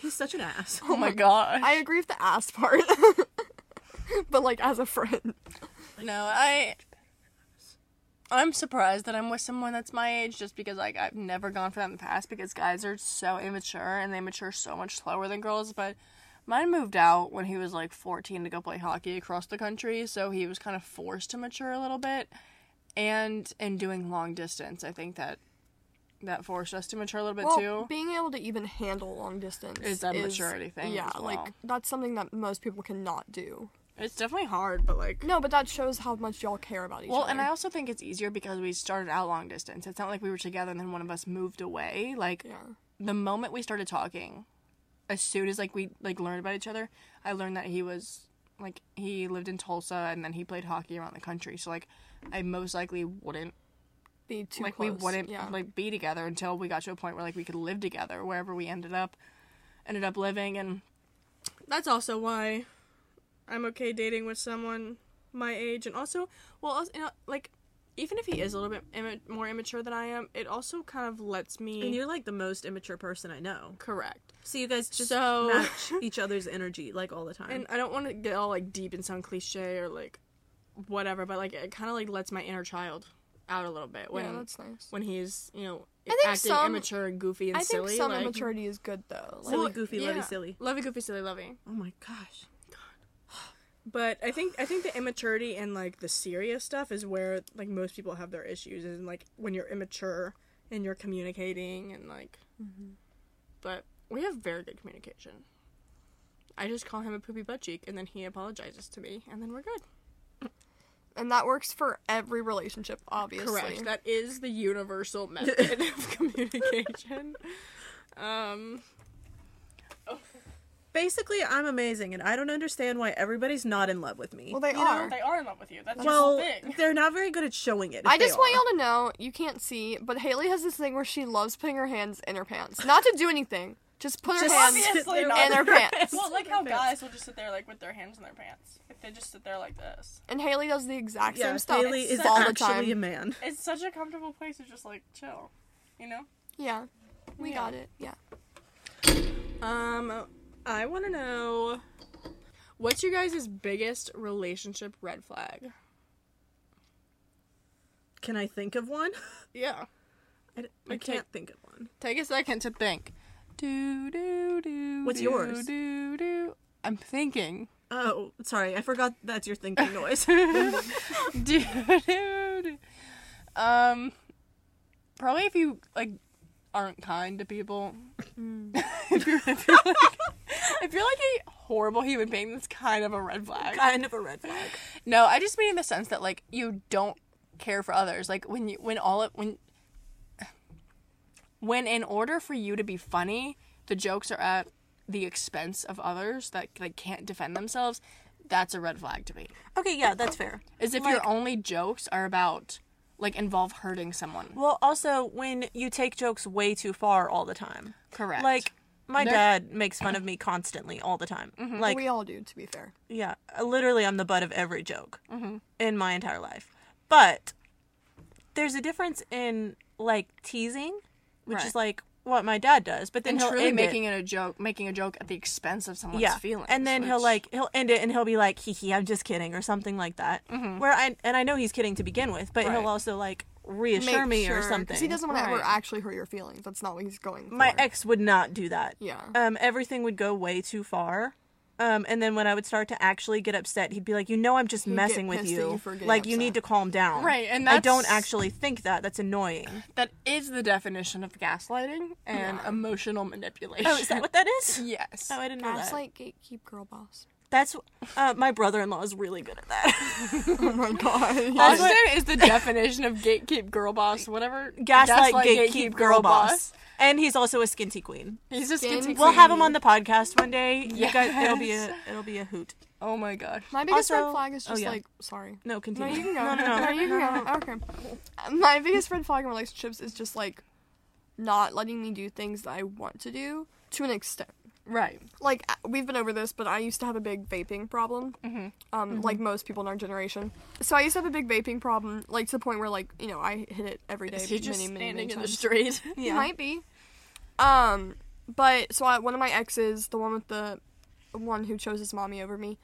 He's such an ass.
Oh my god.
I agree with the ass part, but like as a friend.
No, I. I'm surprised that I'm with someone that's my age just because like I've never gone for that in the past because guys are so immature and they mature so much slower than girls. But mine moved out when he was like 14 to go play hockey across the country, so he was kind of forced to mature a little bit. And in doing long distance, I think that that forced us to mature a little bit
Well,
too.
being able to even handle long distance
Is a maturity thing
Yeah,
as well.
like that's something that most people cannot do.
it's definitely hard, but like
No, but that shows how much y'all care about each
Well,
other.
and I also think it's easier because we started out long distance. It's not like we were together and then one of us moved away. Like
yeah,
the moment we started talking, as soon as like we like learned about each other, I learned that he was like he lived in Tulsa and then he played hockey around the country. So like I most likely wouldn't
be too
like we
close,
wouldn't
yeah.
like be together until we got to a point where like we could live together wherever we ended up ended up living and that's also why I'm okay dating with someone my age, and also, well, also, you know, like even if he is a little bit imma- more immature than I am, it also kind of lets me
And you're like the most immature person I know.
correct.
So you guys just
So-
match each other's energy like all the time.
And I don't want to get all like deep in some cliche or like whatever, but like it kind of like lets my inner child out a little bit when
yeah, that's nice.
when he's you know
think
acting
some-
immature and goofy and
I think
silly.
some
like,
immaturity is good though. Like,
silly, goofy, lovey,
yeah.
silly.
lovey, goofy, silly, lovey.
Oh my gosh.
But I think I think the immaturity and like the serious stuff is where like most people have their issues and like when you're immature and you're communicating and like. But we have very good communication. I just call him a poopy butt cheek and then he apologizes to me and then we're good.
and that works for every relationship, obviously.
Correct. That is the universal method of communication. Um,
Basically, I'm amazing, and I don't understand why everybody's not in love with me.
Well, they
You
are.
they are in love with you. That's
Well,
the thing.
they're not very good at showing it. if
I
they
just want
are.
y'all to know you can't see, but Haley has this thing where she loves putting her hands in her pants, not to do anything, just put her
Just
hands
sit
Obviously
there
not.
in her pants.
Well, like how guys will just sit there like with their hands in their pants. If they just sit there like this.
And Haley does the exact
Yeah,
same stuff
Haley is
all the
actually
time.
a man.
It's such a comfortable place to just like chill, you know?
yeah, we
Yeah.
got it. Yeah.
Um I want to know what's your guys' biggest relationship red flag?
Can I think of one?
Yeah.
I, d- I
Okay.
can't think of one.
Take a second to think. Do do do.
What's
do,
yours?
Do do. I'm thinking.
Oh, sorry, I forgot that's your thinking noise.
dude. Um, probably if you like aren't kind to people. if you're, if you're like, if you're like a horrible human being, that's kind of a red flag.
kind of a red flag.
No, I just mean in the sense that like you don't care for others. Like when you when all it when when in order for you to be funny, the jokes are at the expense of others that like can't defend themselves. That's a red flag to me
Okay, yeah, that's fair.
is if your only jokes are about like involve hurting someone.
Well, also when you take jokes way too far all the time.
Correct.
Like my
There- Mm-hmm.
dad makes fun of me constantly all the time. Like
we all do, to be fair.
yeah, literally I'm the butt of every joke
Mm-hmm.
in my entire life. But there's a difference in like teasing, which
Right.
is like what my dad does, but then
and
he'll
truly
end
making
it.
it. a joke, making a joke at the expense of someone's
yeah,
feelings.
and then he'll
which-
like he'll end it and he'll be like, "Hee hee, I'm just kidding" or something like that. Where I and I know he's kidding to begin with, but
Mm-hmm. Right.
he'll also like reassure me or something.
Because he doesn't want to ever
Right.
actually hurt your feelings. That's not what he's going for.
my ex would not do that.
Yeah.
Um, everything would go way too far. Um, and then when I would start to actually get upset, he'd be like, "You know, I'm just messing with
pissed at
you.
you for getting
like, you
upset."
need to calm down.
Right, and
I don't
that's-
actually think that. That's annoying.
that is the definition of gaslighting and emotional manipulation.
Oh, is that what that is?
yes.
Oh, I didn't know
That's
that.
like gatekeep girl boss.
That's uh, my brother-in-law is really good at that.
Oh my god.
That's
Austin
what-
is the definition of gatekeep girl boss, whatever.
Gaslight, gatekeep, girl, boss. and he's also a skinty queen.
He's just
Skin
getting.
We'll have him on the podcast one day. You guys, it'll be
Yes.
a it'll be a hoot.
Oh my gosh.
My biggest
Also-
red flag is
oh,
just
yeah.
like sorry.
No,
No,
continue.
you can go.
No, no, no.
you can go. Okay. My biggest red flag in relationships is just like not letting me do things that I want to do to an extent.
Right.
Like I- we've been over this, but I used to have a big vaping problem. Um, like most people in our generation. So I used to have a big vaping problem, like to the point where like you know I hit it every day.
Is he just
many, many,
standing
many
in the
times.
street?
He might be. Um, but so I, one of my exes, the one with the one who chose his mommy over me,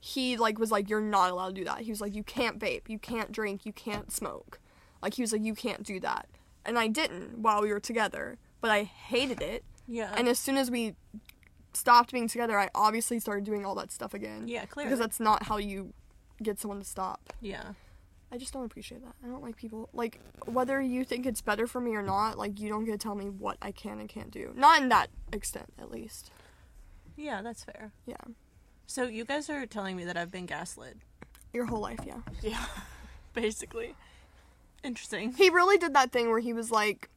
he like was like, "You're not allowed to do that." He was like, "You can't vape, you can't drink, you can't smoke." Like he was like, "You can't do that," and I didn't while we were together, but I hated it.
Yeah.
And as soon as we stopped being together, I obviously started doing all that stuff again.
Yeah, clearly.
Because that's not how you get someone to stop.
yeah.
I just don't appreciate that. I don't like people like whether you think it's better for me or not. Like you don't get to tell me what I can and can't do. Not in that extent, at least.
Yeah, that's fair.
Yeah,
So you guys are telling me that I've been gaslit.
your whole life. Yeah,
yeah. Basically.
Interesting.
he really did that thing where he was like,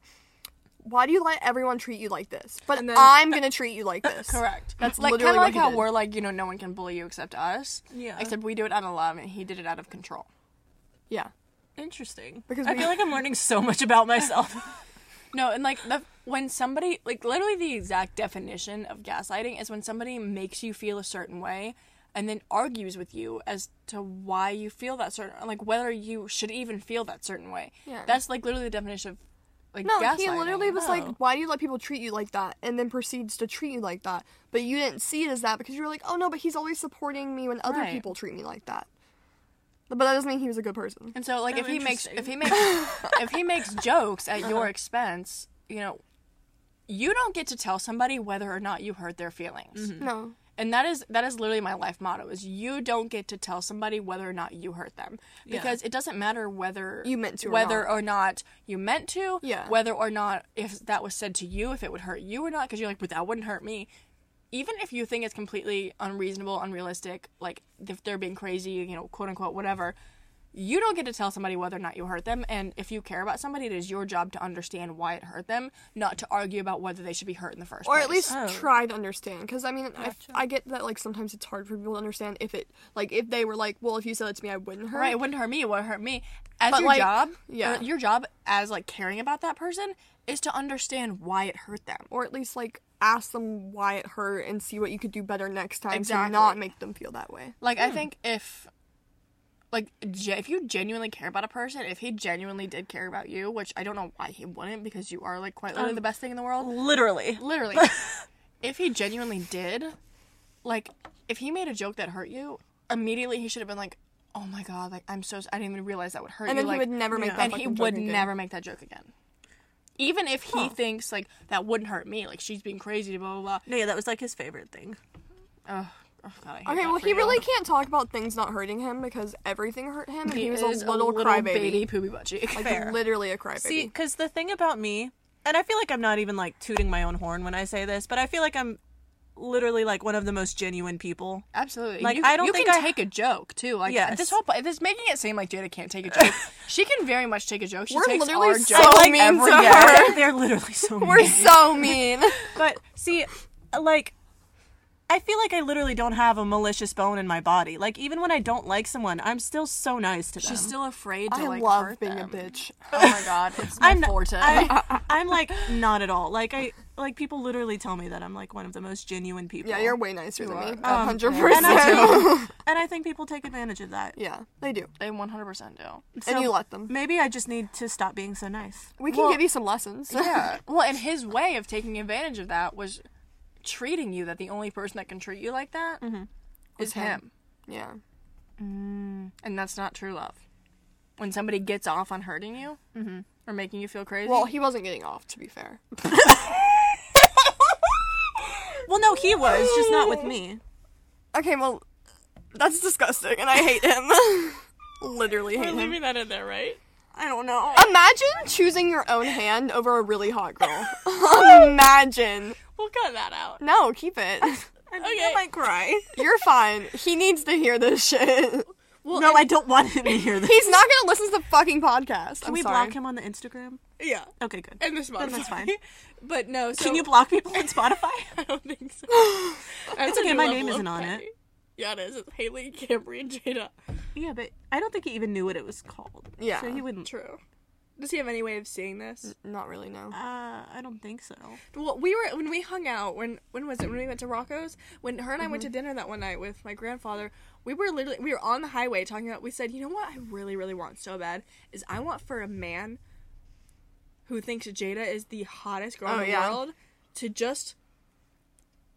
"Why do you let everyone treat you like this? But
And then-
I'm gonna treat you like this."
Correct.
That's
like kind
literally
of
what
like
he
how
did.
we're like you know no one can bully you except us.
Yeah.
Except we do it out of love and he did it out of control.
Yeah,
Interesting.
Because
I
we-
feel like I'm learning so much about myself.
No, and like the, when somebody like literally the exact definition of gaslighting is when somebody makes you feel a certain way and then argues with you as to why you feel that certain like whether you should even feel that certain way.
Yeah.
That's like literally the definition of like
no,
gaslighting.
he literally was like,
Oh.
"Why do you let people treat you like that?" And then proceeds to treat you like that. But you didn't see it as that because you were like, "Oh no," but he's always supporting me when other
Right.
people treat me like that. But that doesn't mean he was a good person.
And so like
Oh,
if he makes
interesting.
if he makes if he makes jokes at your expense, you know, you don't get to tell somebody whether or not you hurt their feelings.
No,
and that is that is literally my life motto is you don't get to tell somebody whether or not you hurt them because it doesn't matter whether
You meant to or
whether
not.
or not you meant to
Yeah.
whether or not if that was said to you if it would hurt you or not because you're like but that wouldn't hurt me even if you think it's completely unreasonable unrealistic like if they're being crazy you know quote unquote whatever you don't get to tell somebody whether or not you hurt them and if you care about somebody it is your job to understand why it hurt them not to argue about whether they should be hurt in the first
or
place
at least
Oh.
try to understand because i mean I f- I, get that like sometimes it's hard for people to understand if it like if they were like well if you said it to me i wouldn't hurt
Right, it wouldn't hurt me. It would hurt me. As
But,
your
like,
job,
yeah.
or your job as like caring about that person is to understand why it hurt them.
or at least like ask them why it hurt and see what you could do better next time
Exactly.
to not make them feel that way
Like I think if, like, ge- if you genuinely care about a person, if he genuinely did care about you, which I don't know why he wouldn't, because you are like quite literally
Um,
the best thing in the world.
Literally.
Literally, if he genuinely did, like, if he made a joke that hurt you, immediately he should have been like, "Oh my god, like I'm so s- I didn't even realize that would hurt
and
you."
then
like,
he would never make
yeah.
that
and he
fucking joke
would
again.
never make that joke again. Even if he thinks like that wouldn't hurt me, like she's being crazy, blah blah blah.
No, yeah, that was like his favorite thing.
Ugh. Oh, God, I hate
okay
that
well
for
he
you.
really can't talk about things not hurting him because everything hurt him and he, was a
is
little, crybaby
baby poopy butt cheek.
like
Fair.
literally a crybaby
See, because the thing about me, and I feel like I'm not even like tooting my own horn when I say this, but I feel like I'm literally like one of the most genuine people.
Absolutely.
Like,
you,
I don't
you
think
can
I-
take a joke too. Like
Yes.
this whole po- this making it seem like Jada can't take a joke. she can very much take a joke. She
We're
takes
literally
our
Oh,
so
jokes
mean
every
to
day.
her.
They're literally so mean.
we're so mean
But see, like, I feel like I literally don't have a malicious bone in my body. Like even when I don't like someone, I'm still so nice to them.
She's still afraid to
I
like
love
hurt
being
them.
a bitch.
Oh my god, it's my
n-
forte.
I, I'm like not at all. Like I like people literally tell me that I'm like one of the most genuine people.
Yeah, you're way nicer than me.
Um,
A hundred
and I,
percent.
and I think people take advantage of that.
Yeah, they do.
they 100% do.
and
So
you let them.
Maybe I just need to stop being so nice.
We can give you some lessons.
Yeah. Well, and his way of taking advantage of that was treating you that the only person that can treat you like that is
Mm-hmm.
him.
yeah.
And that's not true love. When somebody gets off on hurting you
Mm-hmm.
or making you feel crazy.
Well, he wasn't getting off, to be fair.
Well, no, he was just not with me.
Okay, well, that's disgusting, and I hate him. Literally hate him.
that in there, right?
I don't know.
Imagine choosing your own hand over a really hot girl. Imagine.
We'll cut that out.
No, keep it.
I think I might cry.
You're fine. He needs to hear this shit.
no, I don't want him to hear this.
He's not gonna listen to the fucking podcast.
Can
I'm
we
sorry.
block him on the Instagram?
Yeah.
Okay, good.
And the Spotify.
that's fine.
but no, so
Can you block people on Spotify?
I don't think so.
It's okay, my name isn't on it.
Yeah, it is. It's Haley, Camry, and Jada.
yeah, but I don't think he even knew what it was called.
Yeah.
So he wouldn't.
True. Does he have any way of seeing this?
Not really. No.
Uh, I don't think so.
Well, we were when we hung out. When when was it? When we went to Rocco's. When her and I
Mm-hmm.
went to dinner that one night with my grandfather, we were literally we were on the highway talking about. We said, you know what? I really really want so bad is I want for a man who thinks Jada is the hottest girl
Oh,
in the
yeah.
world to just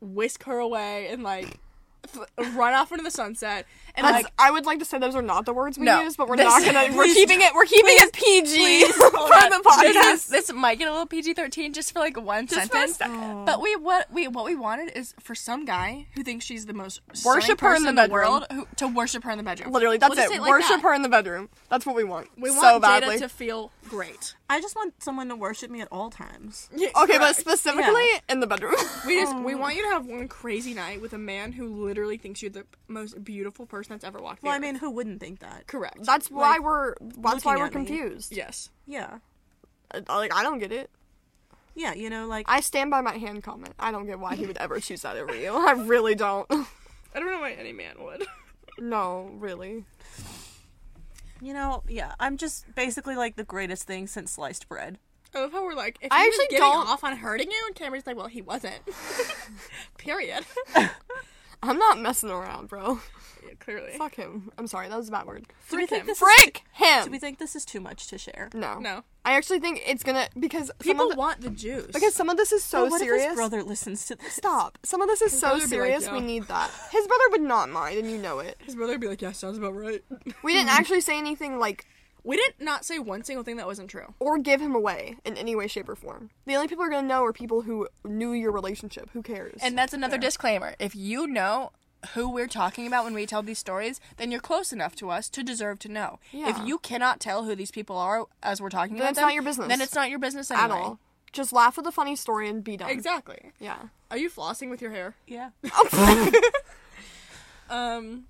whisk her away and like f- run off into the sunset and
That's,
like
I would like to say those are not the words we
No.
use, but we're
This-
not gonna. We're
please-
keeping it. We're keeping it PG
please,
from
hold on.
the podcast.
This, this might get a little PG thirteen just for like one
Just for a
sentence.
second.
But we what we what we wanted is for some guy who thinks she's the most stunning
Worship her in
person
the
world who, to worship her in the bedroom.
Literally,
We'll
that's
just
it.
say like
Worship
that.
her in the bedroom. That's what we want.
We want
so
Jada
badly.
to feel great.
I just want someone to worship me at all times.
okay, but
Correct.
specifically in the bedroom.
we just we want you to have one crazy night with a man who literally thinks you're the most beautiful person that's ever walked. the
Well, I
earth.
mean, who wouldn't think that?
correct.
that's why
Like,
we're. That's why
looking
we're
at me.
confused.
yes.
Yeah.
Uh, Like I don't get it.
Yeah, you know, like
I stand by my hand comment. I don't get why he would ever choose that over you. I really don't.
I don't know why any man would.
no, really.
you know, yeah, I'm just basically like the greatest thing since sliced bread.
I love how we're like, if
I
he
actually
was getting
don't-
off on hurting you, and Cameron's like, well, he wasn't. Period.
I'm not messing around, bro.
Clearly.
Fuck him. I'm sorry. That was a bad word.
Do we
Frick
think
him.
this
Frick
Is, do we
him.
think this is too much to share?
No.
No.
I actually think it's gonna because some
People
of the-
want Mm. the juice.
because some of this is so
But what if
serious.
his brother listens to this?
Stop. Some of this is so
brother would be like,
serious. we
"Yo."
need that. His brother would not mind, and you know it.
his brother would be like, yeah, sounds about right.
We didn't actually say anything like
We didn't not say one single thing that wasn't true.
or give him away in any way, shape, or form. The only people who are gonna know are people who knew your relationship. Who cares?
And that's another disclaimer. If you know who we're talking about when we tell these stories, then you're close enough to us to deserve to know.
Yeah.
If you cannot tell who these people are as we're talking about
it's
them,
not your business.
Then it's not your business
at
anyway.
all. Just laugh at the funny story and be done.
Exactly.
Yeah.
Are you flossing with your hair?
Yeah.
Um,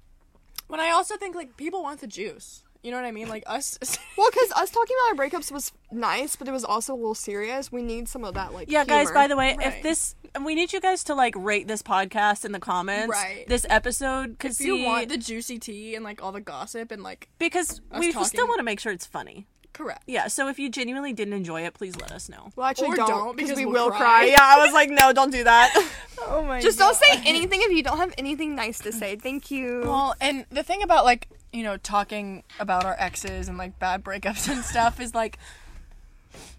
but I also think like people want the juice. You know what I mean? Like us.
Well, because us talking about our breakups was nice, but it was also a little serious. We need some of that, like
Yeah, guys,
humor.
by the way, if
Right.
this and we need you guys to like rate this podcast in the comments.
Right.
This episode cuz
if you want the juicy tea and like all the gossip and like
because we still
talking.
want to make sure it's funny.
correct.
Yeah, so if you genuinely didn't enjoy it, please let us know.
well, actually,
or
don't
don't,
because
because
we
we'll
will cry.
cry.
Yeah, I was like, no, don't do that.
Oh my.
Just don't say anything if you don't have anything nice to say. Thank you.
Well, and the thing about like, you know, talking about our exes and like bad breakups and stuff is like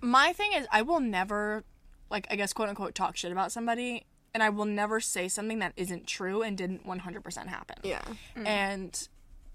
my thing is I will never like I guess quote unquote talk shit about somebody and I will never say something that isn't true and didn't 100% happen.
yeah,
And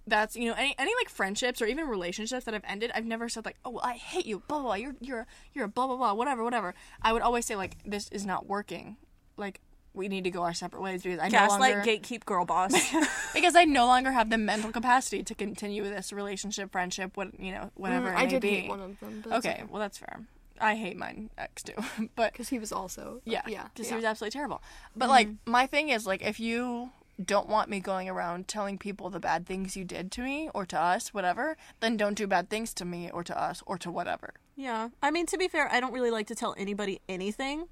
that's you know any any like friendships or even relationships that I've ended, I've never said like, "Oh, well, I hate you, blah blah, blah you're you're you're a blah blah blah, whatever, whatever." I would always say like, "This is not working." Like we need to go our separate ways because I no
Gaslight
longer
gatekeep girl boss.
because I no longer have the mental capacity to continue this relationship, friendship, what you know, whatever. it
Mm, I
may
did
be.
hate one of them. But
Okay, well that's fair. I hate mine ex too, but
because he was also uh,
yeah,
yeah,
because
yeah. Mm-hmm.
he was absolutely terrible. But like my thing is like if you don't want me going around telling people the bad things you did to me or to us, whatever, then don't do bad things to me or to us or to whatever.
yeah. I mean, to be fair, I don't really like to tell anybody anything.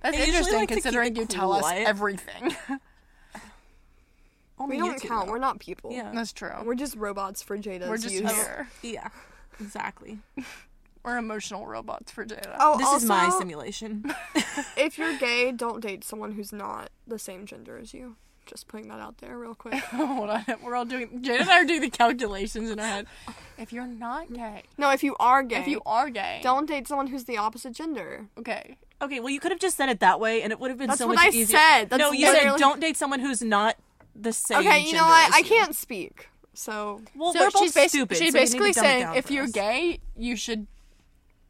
That's
I usually
interesting
like to keep
considering
it
you tell
quiet.
us everything.
Only
We
you
don't
two
count.
know.
We're not people.
Yeah.
That's true.
We're just robots for Jada's
We're just
use.
here.
Yeah, exactly.
We're emotional robots for Jada.
Oh,
This
also,
is my simulation.
if you're gay, don't date someone who's not the same gender as you. Just putting that out there real quick.
Hold on. We're all doing. Jada and I are doing the calculations in our head. If you're not gay,
No, if you are gay,
if you are gay,
don't date someone who's the opposite gender.
Okay.
Okay, well, you could have just said it that way, and it would have been
That's
so
what
much
I
easier.
said. That's
no, you
literally-
said don't date someone who's not the same.
Okay, you know
gender
what?
as
I
you."
can't speak, so
Well,
So
we're both
she's basi-
stupid.
She's
so we need to
basically
dumb it
saying
down
if
for
you're
us.
gay, you should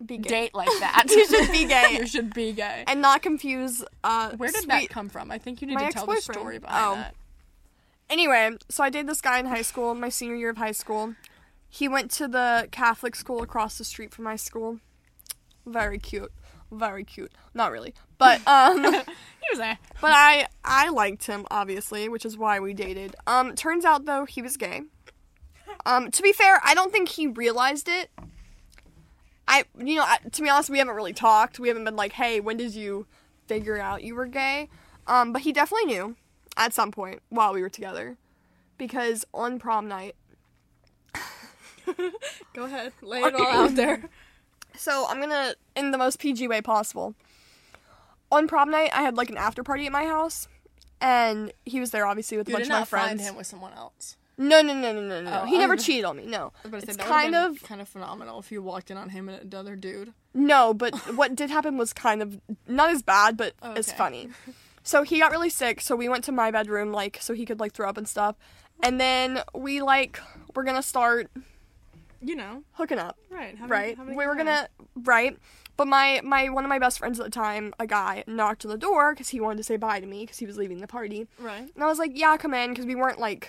be gay
date like that.
You should be gay.
you should be gay.
and not confuse. Uh,
Where did
sweet-
that come from? I think you need
My
to tell the
ex-boyfriend.
story behind
Oh.
that.
Anyway, so I dated this guy in high school, my senior year of high school. He went to the Catholic school across the street from my school. Very cute. Very cute. Not really. But um
He was there.
but I I liked him obviously, which is why we dated. Um turns out though he was gay. Um to be fair, I don't think he realized it. I you know, I, to be honest, we haven't really talked. We haven't been like, "Hey, when did you figure out you were gay?" Um but he definitely knew at some point while we were together because on prom night
Go ahead. Lay it all out there.
So I'm gonna in the most PG way possible. On prom night, I had like an after party at my house, and he was there obviously with a
You
bunch
did
of my
not find
friends.
him with someone else.
No, no, no, no, no, no.
Oh,
he
I
never
was-
cheated on me. No,
I was about to
it's
say, that
kind
would've been
of
kind of phenomenal if you walked in on him and another dude.
no, but what did happen was kind of not as bad, but as
Oh,
okay.
funny. So he got really sick, so we went to my bedroom, like so he could like throw up and stuff, and then we like we're gonna start
you know,
hooking up.
right? having-
right
having a
we
good
were
time.
gonna right but my my one of my best friends at the time a guy knocked on the door because he wanted to say bye to me because he was leaving the party
Right.
and i was like yeah come in because we weren't like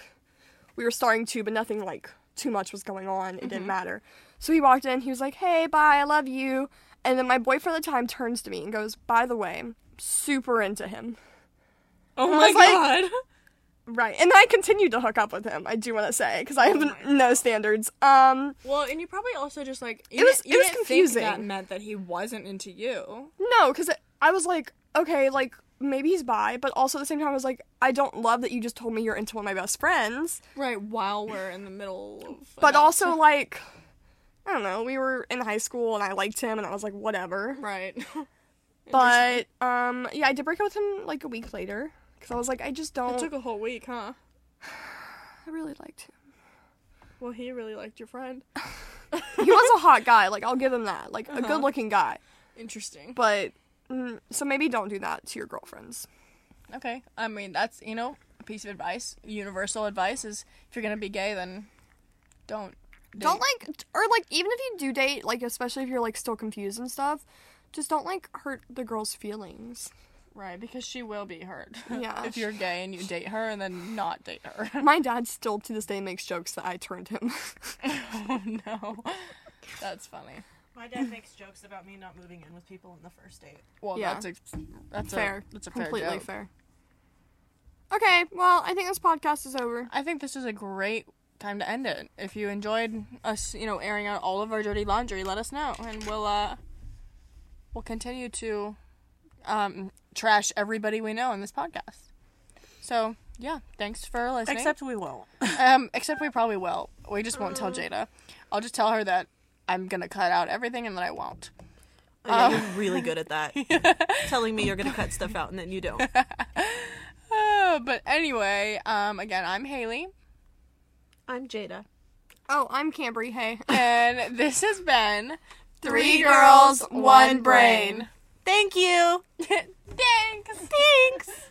we were starting to but nothing like too much was going on it didn't matter so he walked in he was like hey bye i love you and then my boyfriend at the time turns to me and goes by the way I'm super into him
Oh my god!
right and i continued to hook up with him i do want to say because i have no standards um
Well, and you probably also just like you
It was-
didn't-
it
you
was
didn't
confusing.
Think that meant that he wasn't into you.
No, because I was like, okay, like maybe he's bi, but also at the same time, I was like, I don't love that you just told me you're into one of my best friends,
Right. While we're in the middle of.
but also like, I don't know, we were in high school and I liked him and I was like, whatever.
Right.
But um, yeah, I did break up with him like a week later because I was like, I just don't.
It took a whole week, huh?
I really liked him.
Well, he really liked your friend.
He was a hot guy. Like I'll give him that. Like a good-looking guy.
Interesting.
But mm, so maybe don't do that to your girlfriends.
Okay. I mean, that's, you know, a piece of advice. Universal advice is if you're going to be gay, then don't. date.
Don't like, t- or like, even if you do date, like, especially if you're like still confused and stuff, just don't like hurt the girl's feelings.
Right, because she will be hurt.
Yeah.
if you're gay and you date her and then not date her.
My dad still to this day makes jokes that I turned him.
oh, no. That's funny.
My dad makes jokes about me not moving in with people on the first date.
Well,
Yeah.
that's a, that's
fair.
A, that's a fair
completely
joke.
fair. Okay, well, I think this podcast is over.
I think this is a great time to end it. If you enjoyed us, you know, airing out all of our dirty laundry, let us know, and we'll uh, we'll continue to um, trash everybody we know in this podcast. So yeah, thanks for listening.
Except we won't.
um, except we probably will. We just won't tell Jada. I'll just tell her that I'm gonna cut out everything and that I won't.
Oh, yeah, you're really good at that. Telling me you're gonna cut stuff out and then you don't.
Uh, but anyway, um, again, I'm Haley,
I'm Jada.
Oh, I'm Cambry. Hey.
and this has been
Three Girls, One Brain.
Thank you.
Thanks. Thanks.